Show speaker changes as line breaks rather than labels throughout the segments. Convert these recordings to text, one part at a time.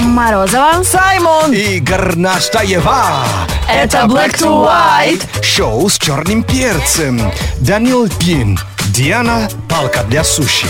Морозова.
Саймон!
И Горнаштаева.
Это Black to White.
Шоу с черным перцем. Данил Пин. Диана Палка для суши.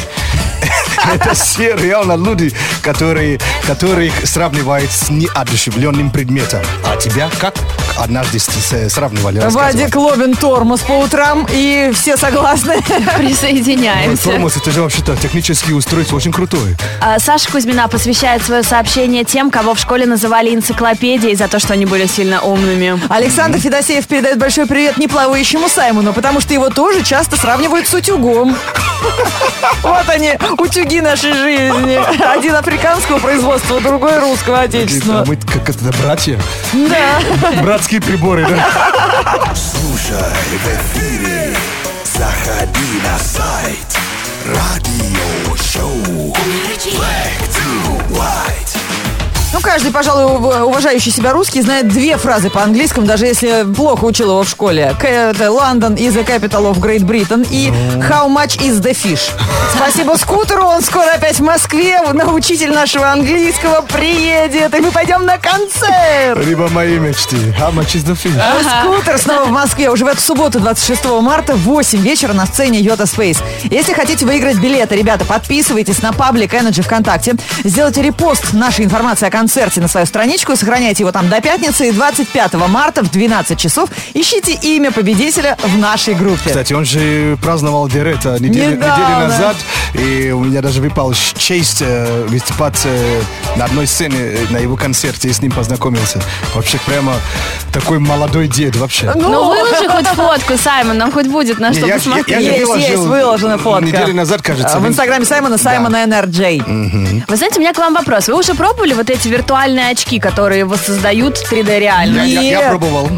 Это все реально люди, которые, которых сравнивают с неодушевленным предметом. А тебя как однажды с- с- сравнивали?
Вадик Лобин тормоз по утрам, и все согласны.
Присоединяемся.
Тормоз, это же вообще-то технические устройства очень крутое.
А, Саша Кузьмина посвящает свое сообщение тем, кого в школе называли энциклопедией за то, что они были сильно умными.
Александр Федосеев передает большой привет неплавающему Саймону, потому что его тоже часто сравнивают с утюгом. Вот они, утюги нашей жизни. Один африканского производства, другой русского,
А
отечественного.
Мы как это братья.
Да.
Братские приборы, да?
Слушай в эфире, заходи на сайт Радио Шоу Black to White
Ну, каждый, пожалуй, ув- уважающий себя русский знает две фразы по-английскому, даже если плохо учил его в школе. К- это London is the capital of Great Britain и How much is the fish? Спасибо скутеру, он скоро опять в Москве, научитель нашего английского приедет, и мы пойдем на концерт.
Либо мои мечты. How much is the fish?
Скутер снова в Москве. Уже в эту субботу, 26 марта, в 8 вечера на сцене Йота Space. Если хотите выиграть билеты, ребята, подписывайтесь на паблик Energy ВКонтакте. Сделайте репост нашей информации о концерте на свою страничку, сохраняйте его там до пятницы. И 25 марта в 12 часов ищите имя победителя в нашей группе.
Кстати, он же праздновал Дерета неделю,
Недавно.
неделю назад, и у меня даже выпал щ- честь э, выступать э, на одной сцене э, на его концерте, и с ним познакомился. Вообще прямо такой молодой дед вообще.
Ну выложи хоть фотку, Саймон, нам хоть будет на
Не,
что
я- я-
посмотреть.
я же
есть, есть, выложена фотка.
Неделю назад, кажется.
В инстаграме Саймона, Саймона NRJ.
Вы знаете, у меня к вам вопрос. Вы уже пробовали вот эти виртуальные очки, которые воссоздают 3D-реальность?
Я, я- я
Нет.
пробовал.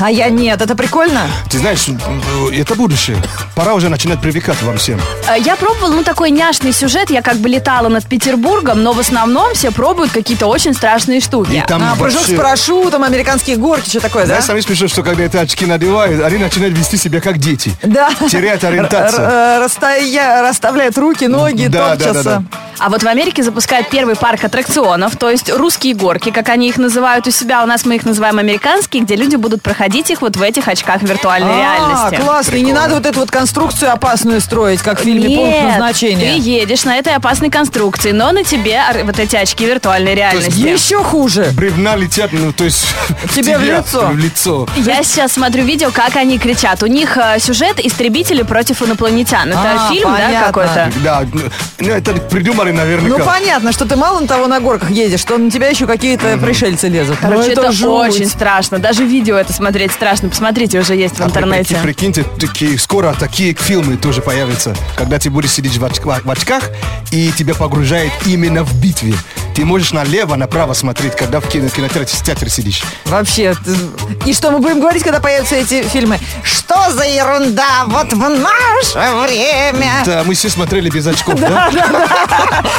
А я нет, это прикольно?
Ты знаешь, э, это будущее. Пора уже начинать привыкать вам всем.
Э, Я пробовала, ну, такой няшный сюжет. Я как бы летала над Петербургом, но в основном все пробуют какие-то очень страшные штуки.
И там
А, прыжок с
вообще-
парашютом, американские горки, что такое, да?
Знаешь, самое смешное, что когда эти очки надевают, они начинают вести себя как дети.
Да.
Теряют ориентацию.
Р- э, расстоя- расставляют руки, ноги,
Да, да, да,
топчатся.
да.
А вот в Америке запускают первый парк аттракционов, то есть русские горки, как они их называют у себя. У нас мы их называем американские, где люди будут проходить их вот в этих очках виртуальной
А,
реальности.
классно. И не надо вот эту вот конструкцию опасную строить, как в фильме «Пункт
Нет,
назначения».
ты едешь на этой опасной конструкции, но на тебе ор- вот эти очки виртуальной реальности.
Еще хуже.
Бревна летят, ну, то есть...
Тебе в лицо.
В лицо.
Я сейчас смотрю видео, как они кричат. У них э, сюжет «Истребители против инопланетян». Это
А,
фильм, да,
понятно.
какой-то?
Да, ну, ну, это придумали
Ну,
наверняка.
понятно, что ты мало того на горках едешь, что на тебя еще какие-то пришельцы лезут. Ну,
Короче, это,
жуть.
очень страшно. Даже видео это смотреть страшно. Посмотрите, уже есть в
А вы
интернете.
прики- прикиньте, такие, скоро такие фильмы тоже появятся, когда ты будешь сидеть в, очка- в очках и тебя погружает именно в битве. Ты можешь налево, направо смотреть, когда в кино, кинотеатре театре сидишь.
Вообще. ты- И что мы будем говорить, когда появятся эти фильмы? Что за ерунда вот в наше время?
Да, мы все смотрели без очков, да?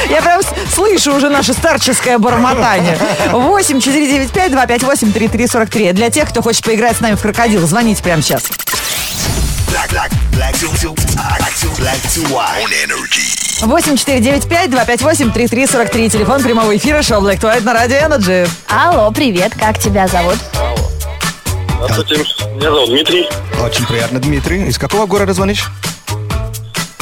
Я прям с- слышу уже наше старческое бормотание. 8 495 258 3343. Для тех, кто хочет поиграть с нами в крокодил, звоните прямо сейчас.
Black, black, black to, to, black to, black to white On energy
8 495 258 3343. Телефон прямого эфира шоу Black to White на радио Energy.
Алло, привет, как тебя зовут?
Здравствуйте, меня зовут Дмитрий,
Очень приятно, Дмитрий. Из какого города звонишь?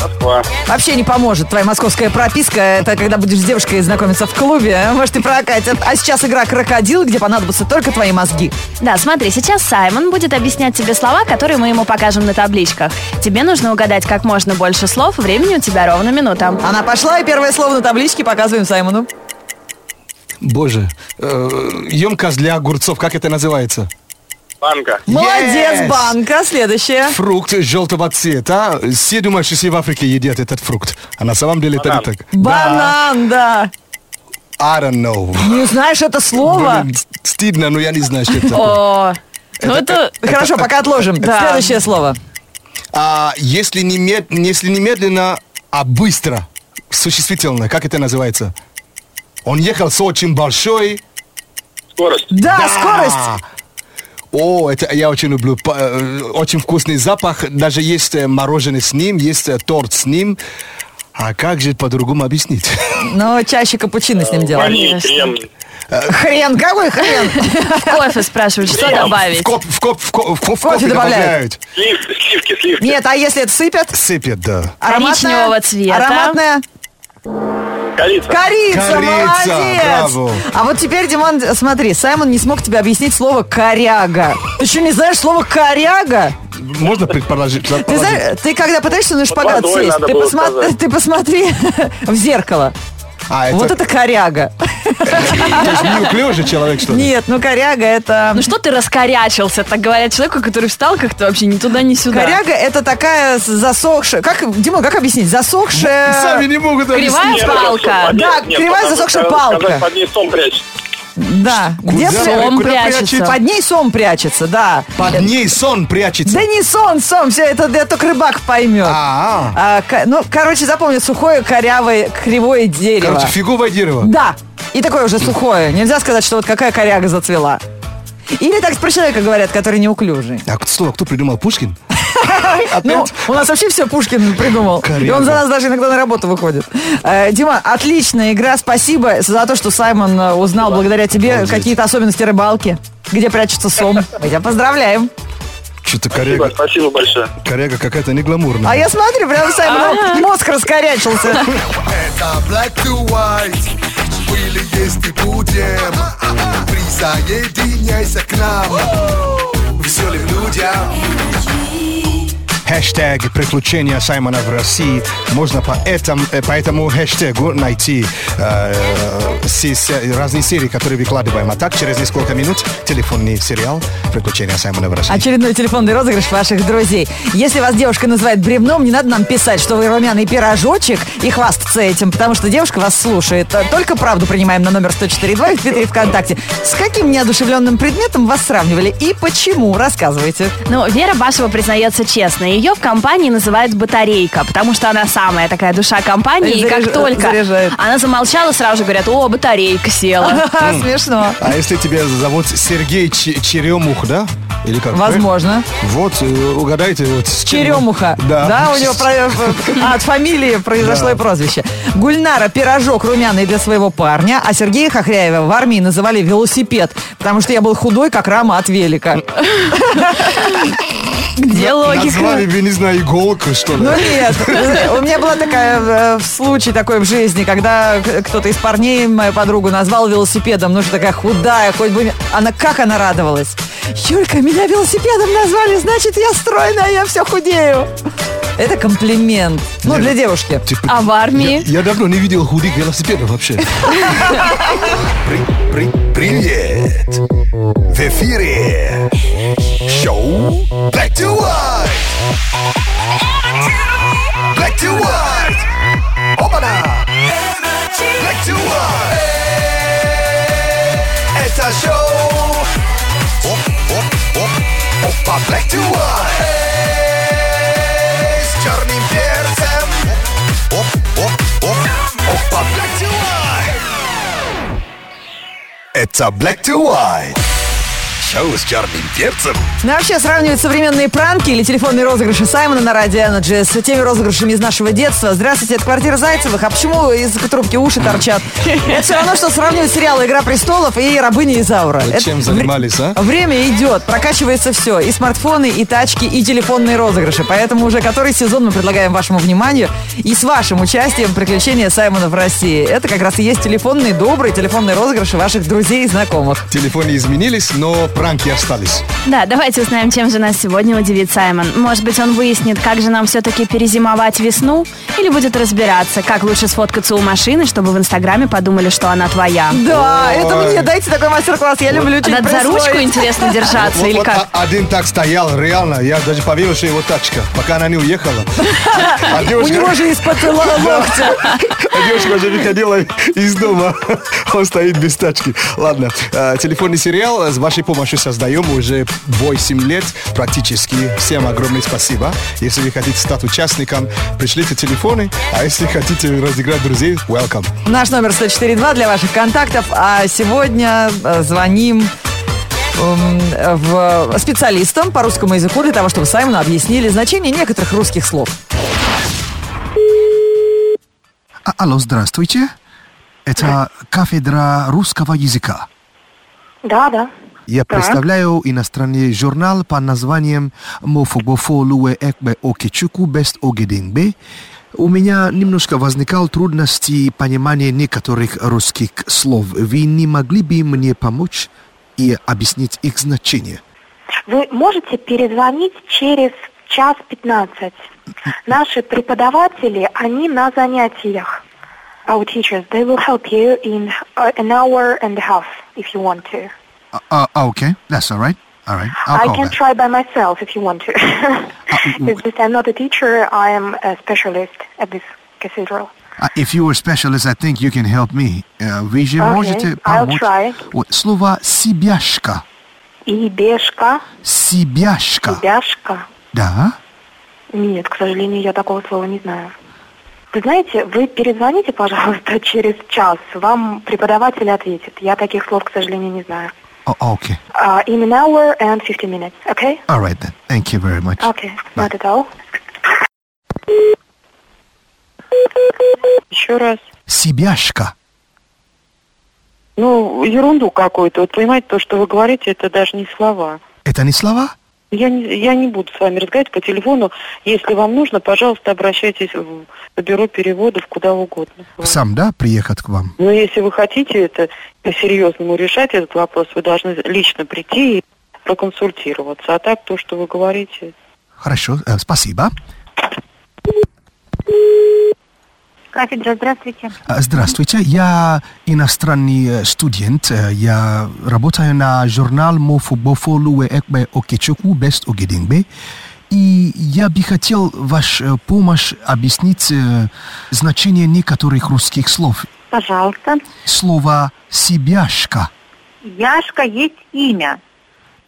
Москва.
Вообще не поможет твоя московская прописка. Это когда будешь с девушкой знакомиться в клубе. Может, и прокатит. А сейчас игра «Крокодил», где понадобятся только твои мозги.
Да, смотри, сейчас Саймон будет объяснять тебе слова, которые мы ему покажем на табличках. Тебе нужно угадать как можно больше слов, времени у тебя ровно минута.
Она пошла, и первое слово на табличке показываем Саймону.
Боже, емкость Э, для огурцов, как это называется?
Банка.
Молодец, банка. Следующее.
Фрукт желтого цвета. Все думают, что все в Африке едят этот фрукт. А на самом деле это не
Банан.
так.
Банан, да.
Да. I don't know.
Не знаешь это слово?
Блин, Стыдно, но я не знаю, что это. такое.
О, ну это...
Хорошо, пока отложим.
Да.
Следующее слово.
А если не, мед- если не медленно, а быстро, существительное, как это называется? Он ехал с очень большой...
Скорость.
Да,
Да.
А скорость.
О, это я очень люблю. П- э, Очень вкусный запах. Даже есть э, мороженое с ним, есть э, торт с ним. А как же по-другому объяснить?
Но чаще капучино с ним делаем.
Ваниль,
Конечно.
крем.
Хрен, какой хрен?
В кофе спрашивают, что
Нет,
добавить.
В, коп, в, коп, в, ко- в ко- в
Кофе
кофе добавляют.
добавляют.
Сливки, сливки, сливки.
Нет, а если это сыпят?
Сыпят, да.
Ароматная?
Коричневого цвета.
Ароматная?
Корица.
Корица,
Корица,
молодец!
браво.
А вот теперь, Диман, смотри, Саймон не смог тебе объяснить слово «коряга». Ты что, не знаешь слово «коряга»?
Можно предположить?
Ты, знаешь, ты когда пытаешься на шпагат
водой
сесть,
надо
ты,
было
посма-
сказать.
ты посмотри в зеркало.
А, это,
Вот это коряга.
то есть неуклюжий человек, что ли?
Нет, ну коряга это...
Ну что ты раскорячился, так говорят человеку, который встал как-то вообще ни туда, ни сюда.
Коряга это такая с- засохшая... Как, Дима, как объяснить? Засохшая...
Ну, Сами не могут
Кривая
объяснить.
Нет,
палка.
под ней-
Да,
нет,
кривая
потому
засохшая
что,
палка.
сказать, Под ней сом прячь.
Да. Где
Куда,
пря-
Сом
куда
прячется.
прячется?
Под ней сом прячется, да.
Под ней сон прячется.
Да не сон, сом, все это, это только рыбак поймет.
А,
А, ко- ну, короче, запомни, сухое, корявое, кривое дерево.
короче, фиговое дерево.
Да. И такое уже сухое. Нельзя сказать, что вот какая коряга зацвела. Или так про человека говорят, который неуклюжий.
А кто- слово кто придумал? Пушкин?
Ну,
Опять?
у нас вообще все Пушкин придумал.
Коряга.
И он за нас даже иногда на работу выходит. Э, Дима, отличная игра. Спасибо за то, что Саймон э, узнал благодаря тебе
Обалдеть.
какие-то особенности рыбалки. Где прячется сом. Мы тебя поздравляем.
Что-то
Спасибо,
коряга,
спасибо большое.
коряга какая-то не
А
гламурная.
я смотрю, прям
А.
Саймон мозг раскорячился.
Это black to white Были, есть и будем Присоединяйся к нам Веселым людям
Хэштег «Приключения Саймона в России». Можно по, этом, э, по этому хэштегу найти э, все- все разные серии, которые выкладываем. А так, через несколько минут телефонный сериал «Приключения Саймона в России».
Очередной телефонный розыгрыш ваших друзей. Если вас девушка называет бревном, не надо нам писать, что вы румяный пирожочек и хвастаться этим, потому что девушка вас слушает. Э, Только правду принимаем на номер 104.2 и в Твиттере и ВКонтакте. С каким неодушевленным предметом вас сравнивали и почему? Рассказывайте.
Ну, Вера Башева признается честно, ее в компании называют батарейка, потому что она самая такая душа компании, и
Заряж-
как только
заряжает.
она замолчала, сразу же говорят, о, батарейка села.
Смешно.
А если тебя зовут Сергей Ч- Черемух, да? Или как?
Возможно.
Вот, э, угадайте. Вот, с чем-
Черемуха.
Да.
у него про- а, от фамилии произошло и прозвище. Гульнара пирожок румяный для своего парня, а Сергея Хохряева в армии называли велосипед, потому что я был худой, как рама от велика.
Где логика?
Назвали, я не знаю, иголку, что ли.
Ну нет, у меня была такая э, случай такой в жизни, когда к- кто-то из парней мою подругу назвал велосипедом, ну что такая худая, хоть бы... м- Она как она радовалась. Юрка, меня велосипедом назвали, значит я стройная, я все худею. Это комплимент. Ну, для девушки.
Типа,
А в
я,
армии?
я давно не видел худых велосипедов вообще.
При- при- Привет В эфире Шоу Black to white Black to white Опана Black to white Это шоу Оп, оп, оп. Опа, Black to white С черным перцем Оп, оп, оп. Опа, Black to white это Black to White. Шоу с черным перцем.
Ну, а вообще, сравнивать современные пранки или телефонные розыгрыши Саймона на радио Energy с теми розыгрышами из нашего детства. Здравствуйте, это квартира Зайцевых. А почему из трубки уши торчат? Это все равно, что сравнивать сериалы «Игра престолов» и «Рабыня Изаура». Это
Чем
вре-
занимались, а?
Время идет, прокачивается все. И смартфоны, и тачки, и телефонные розыгрыши. Поэтому уже который сезон мы предлагаем вашему вниманию и с вашим участием приключения Саймона в России. Это как раз и есть телефонные, добрые телефонные розыгрыши ваших друзей и знакомых.
Телефоны изменились, но пранки остались.
Да, давайте узнаем, чем же нас сегодня удивит Саймон. Может быть, он выяснит, как же нам все-таки перезимовать весну? Или будет разбираться, как лучше сфоткаться у машины, чтобы в Инстаграме подумали, что она твоя?
Да,
Ой.
это мне дайте такой мастер-класс. Я люблю
А
чуть
Надо за ручку, интересно, держаться
Вот-
или
вот
как?
а- один так стоял, реально, я даже поверил, что его тачка, пока она не уехала. А
У
девушка-
него же из-под локтя.
а девушка уже выходила из дома, он стоит без тачки. Ладно, э, телефонный сериал с вашей помощью создаем уже 8 лет практически. Всем огромное спасибо. Если вы хотите стать участником, пришлите телефоны, а если хотите разыграть друзей, welcome.
Наш номер 104.2 для ваших контактов. А сегодня э, звоним эм, в специалистам по русскому языку для того, чтобы Саймону объяснили значение некоторых русских слов.
А- алло, здравствуйте. Это кафедра русского языка.
Да, да.
Я
Так.
представляю иностранный журнал под названием «Мофобофолуэ экбе окечуку бест огеденбе». У меня немножко возникал трудности понимания некоторых русских слов. Вы не могли бы мне помочь и объяснить их значение?
Вы можете перезвонить через час пятнадцать. Наши преподаватели, они на занятиях. Our teachers, they will help you in uh, an hour and a half if you want to.
А, а, а, окей, that's all right. All right. I'll
I
call
can
back. А,
try by myself if you want to. It's just I'm not a teacher, I am a specialist at this cathedral.
Uh, If you were a specialist, I think you can help me. Uh, Вы же
Okay,
можете
I'll
помочь.
try.
Вот слово «сибяшка».
И бешка,
«Сибяшка».
и бяшка.
Да?
Нет, к сожалению, я такого слова не знаю. Вы знаете, вы перезвоните, пожалуйста, через час. Вам преподаватель ответит. Я таких слов, к сожалению, не знаю.
О- а, Окей.
Uh, in an hour and 50 minutes, okay?
All right then. Thank you very much.
Okay, not at all.
Еще раз.
Сибяшка.
Ну, ерунду какую-то. Вот понимаете, то, что вы говорите, это даже не слова.
Это не слова?
Я не, я не буду с вами разговаривать по телефону. Если вам нужно, пожалуйста, обращайтесь в в бюро переводов куда угодно.
Сам, да, приехать к вам?
Но Ну, если вы хотите это по-серьезному решать, этот вопрос, вы должны лично прийти и проконсультироваться. А так то, что вы говорите,
Хорошо, э, спасибо.
Кафедра, здравствуйте.
Э, Здравствуйте, я иностранный э, студент. Э, Я работаю на журнал Мофобофолуэ Экбе Окечуку Бест Огеденбе. И я бы хотел вашу помощь объяснить э, значение некоторых русских слов.
Пожалуйста.
Слово «сибяшка».
Яшка есть имя.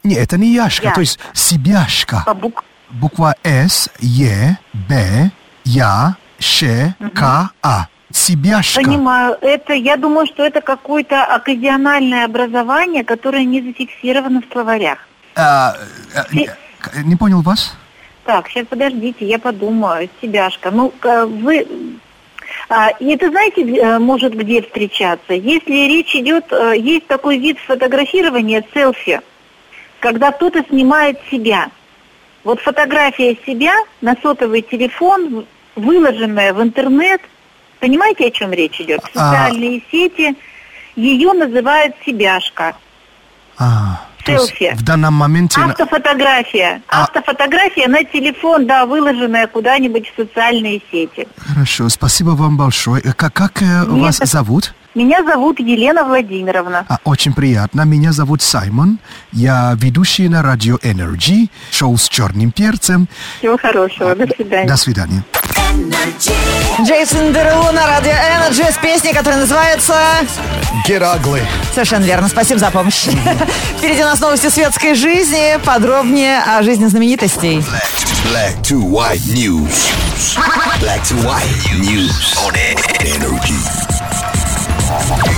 Нет, это не яшка,
Я.
то есть «сибяшка».
букве
Буква С, Е, Б, Я, Ш, К, А. Сибяшка.
Понимаю. Это, я думаю, что это какое-то оказиональное образование, которое не зафиксировано в словарях.
А, э, не- к- не понял вас?
Так, сейчас подождите, я подумаю. Себяшка. Ну, к- вы... а, И это, знаете, г- э, может где встречаться? Если речь идет, э, есть такой вид фотографирования, селфи, когда кто-то снимает себя. Вот фотография себя на сотовый телефон, в- выложенная в интернет, понимаете, о чем речь идет? В
А.
социальные сети ее называют себяшка.
А, то есть
Селфи.
в данном моменте... на-
Автофотография.
А.
Автофотография на телефон, да, выложенная куда-нибудь в социальные сети.
Хорошо, спасибо вам большое. Э, Как, как э,
Нет,
вас
это-
зовут?
Меня зовут Елена Владимировна.
А, очень приятно. Меня зовут Саймон. Я ведущий на радио Energy, шоу с черным перцем.
Всего хорошего. До свидания.
До свидания.
Джейсон Дерелу на Радио Energy с песней, которая называется...
Get ugly.
Совершенно верно. Спасибо за помощь. Впереди у нас новости светской жизни. Подробнее о жизни знаменитостей.
Black to, black to white news. Black to white news on energy.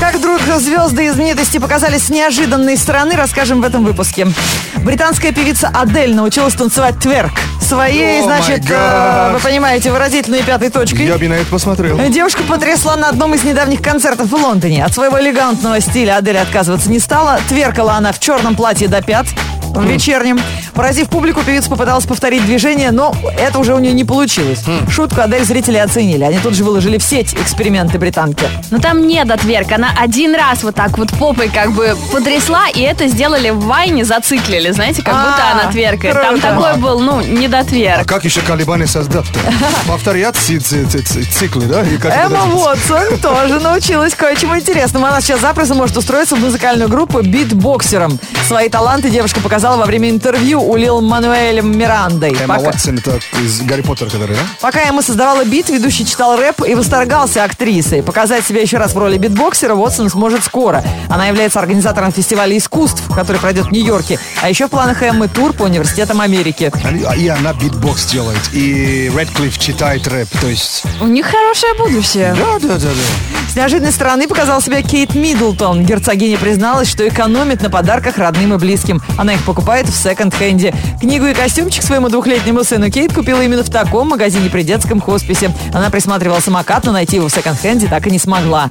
Как вдруг звезды и знаменитости показались с неожиданной стороны, расскажем в этом выпуске. Британская певица Адель научилась танцевать тверк. Своей,
О, май
значит, э,
гад.
вы понимаете, выразительной пятой точкой.
Я бы на это посмотрел.
Девушка потрясла на одном из недавних концертов в Лондоне. От своего элегантного стиля Адель отказываться не стала. Тверкала она в черном платье до пят, в
Хм.
вечернем. Поразив публику, певица попыталась повторить движение, но это уже у нее не получилось.
Хм.
Шутку Адель зрители оценили. Они тут же выложили в сеть эксперименты британки.
Но там нет отверка. Она один раз вот так вот попой как бы потрясла, и это сделали в вайне, зациклили, знаете, как будто
А,
она тверкает. Там
круто.
такой был, ну, не
А
дотверк.
как еще колебания создать-то? Повторять ци- ци- ци- ци- циклы, да? И как это
Эмма
даже-
Уотсон тоже научилась кое-чему интересному. Она сейчас запросто может устроиться в музыкальную группу битбоксером. Свои таланты девушка показала во время интервью у Лил Мануэлем Мирандой.
Эмма
Пока-
Уотсон, это из Гарри Поттера, который, да?
Пока ему создавала бит, ведущий читал рэп и восторгался актрисой. Показать себя еще раз в роли битбоксера Уотсон сможет скоро. Она является организатором фестиваля искусств, который пройдет в Нью-Йорке. А еще в планах Эммы тур по университетам Америки.
Они- а, И она битбокс делает, и Редклифф читает рэп, то есть...
У них хорошее будущее.
Да, да, да, да.
С неожиданной стороны показала себя Кейт Миддлтон. Герцогиня призналась, что экономит на подарках родным и близким. Она их покупает в секонд-хенде. Книгу и костюмчик своему двухлетнему сыну Кейт купила именно в таком магазине при детском хосписе. Она присматривала самокат, но найти его в секонд-хенде так и не смогла.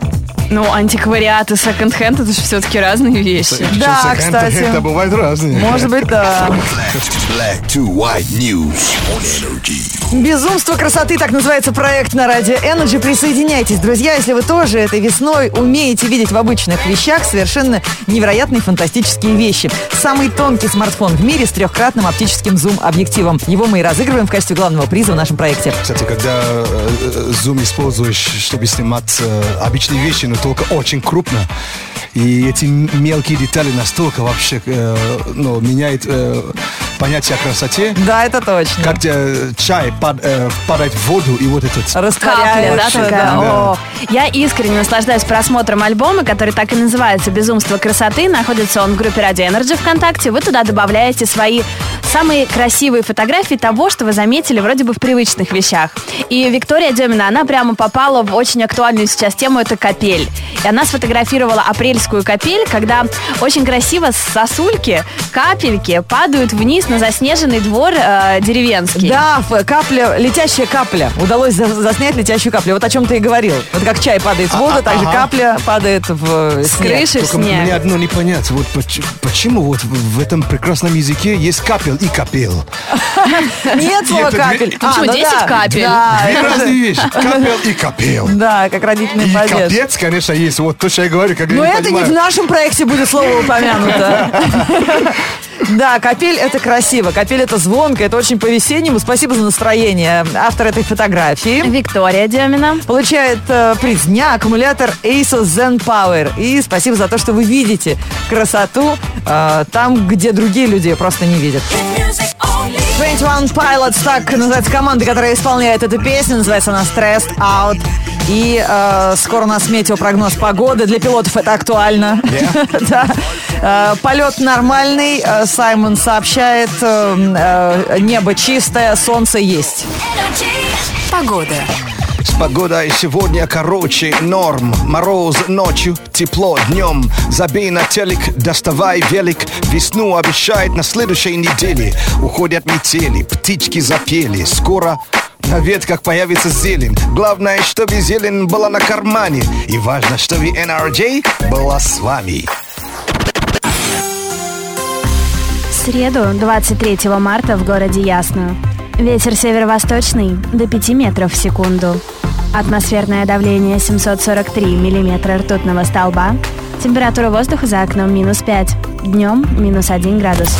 Ну, антиквариат и секонд-хенд это же все-таки разные вещи.
Да,
Чё, секонд-хенд,
кстати.
Это бывает разные.
Может быть, да.
Black to white news on energy.
Безумство красоты, так называется проект на радио Energy. Присоединяйтесь, друзья, если вы тоже этой весной умеете видеть в обычных вещах совершенно невероятные фантастические вещи. Самый тонкий смартфон в мире с трехкратным оптическим зум-объективом. Его мы и разыгрываем в качестве главного приза в нашем проекте.
Кстати, когда э, э, зум используешь, чтобы снимать э, обычные вещи, но только очень крупно, и эти м- мелкие детали настолько вообще э, ну, меняет э, понятие о красоте,
Да, это точно.
как э, чай пад- э, падает в воду, и вот этот...
Капля, да,
Растворяется,
такая.
да. О,
О. Я искренне наслаждаюсь просмотром альбома, который так и называется «Безумство красоты». Находится он в группе «Радио Energy ВКонтакте. Вы туда добавляете свои самые красивые фотографии того, что вы заметили вроде бы в привычных вещах. И Виктория Демина, она прямо попала в очень актуальную сейчас тему, это капель. И она сфотографировала апрельскую капель, когда очень красиво с сосульки, капельки падают вниз на заснеженный двор э, деревенский.
Да, ф- капля, летящая капля. Удалось за- заснять летящую каплю. Вот о чем ты и говорил. Вот как чай падает в воду, так же капля падает в э,
А, С
снег.
крыши в
Только мне
снег.
одно не понять, вот поч- почему вот в в этом прекрасном языке есть капел и капел.
Нет слова
Нет, это
капель.
две-
Почему?
ну
10 капель.
Да,
Две
это же-
разные вещи. Капел и капел.
да, как родительный
И
падеж.
капец, конечно, есть. Вот то, что я говорю, как я
Но
не
Ну, это
понимаю.
не в нашем проекте будет слово упомянуто. Да, капель это красиво, капель это звонко, это очень по-весеннему. Спасибо за настроение. Автор этой фотографии.
Виктория Демина.
получает э, приз дня аккумулятор Asus Zen Power. И спасибо за то, что вы видите красоту э, там, где другие люди ее просто не видят. 21 Pilots, так называется команда, которая исполняет эту песню. Называется она Stressed Out. И э, скоро у нас метеопрогноз погоды. Для пилотов это актуально. Да. Э, Полет нормальный. Э, Саймон сообщает, э, э, небо чистое, солнце есть.
Погода.
Погода и сегодня короче норм Мороз ночью, тепло днем Забей на телек, доставай велик Весну обещает на следующей неделе Уходят метели, птички запели Скоро на ветках появится зелень Главное, чтобы зелень была на кармане И важно, чтобы NRJ была с вами
В среду, 23 марта, в городе Ясную. Ветер северо-восточный до 5 метров в секунду. Атмосферное давление 743 миллиметра ртутного столба. Температура воздуха за окном минус 5. Днем минус 1 градус.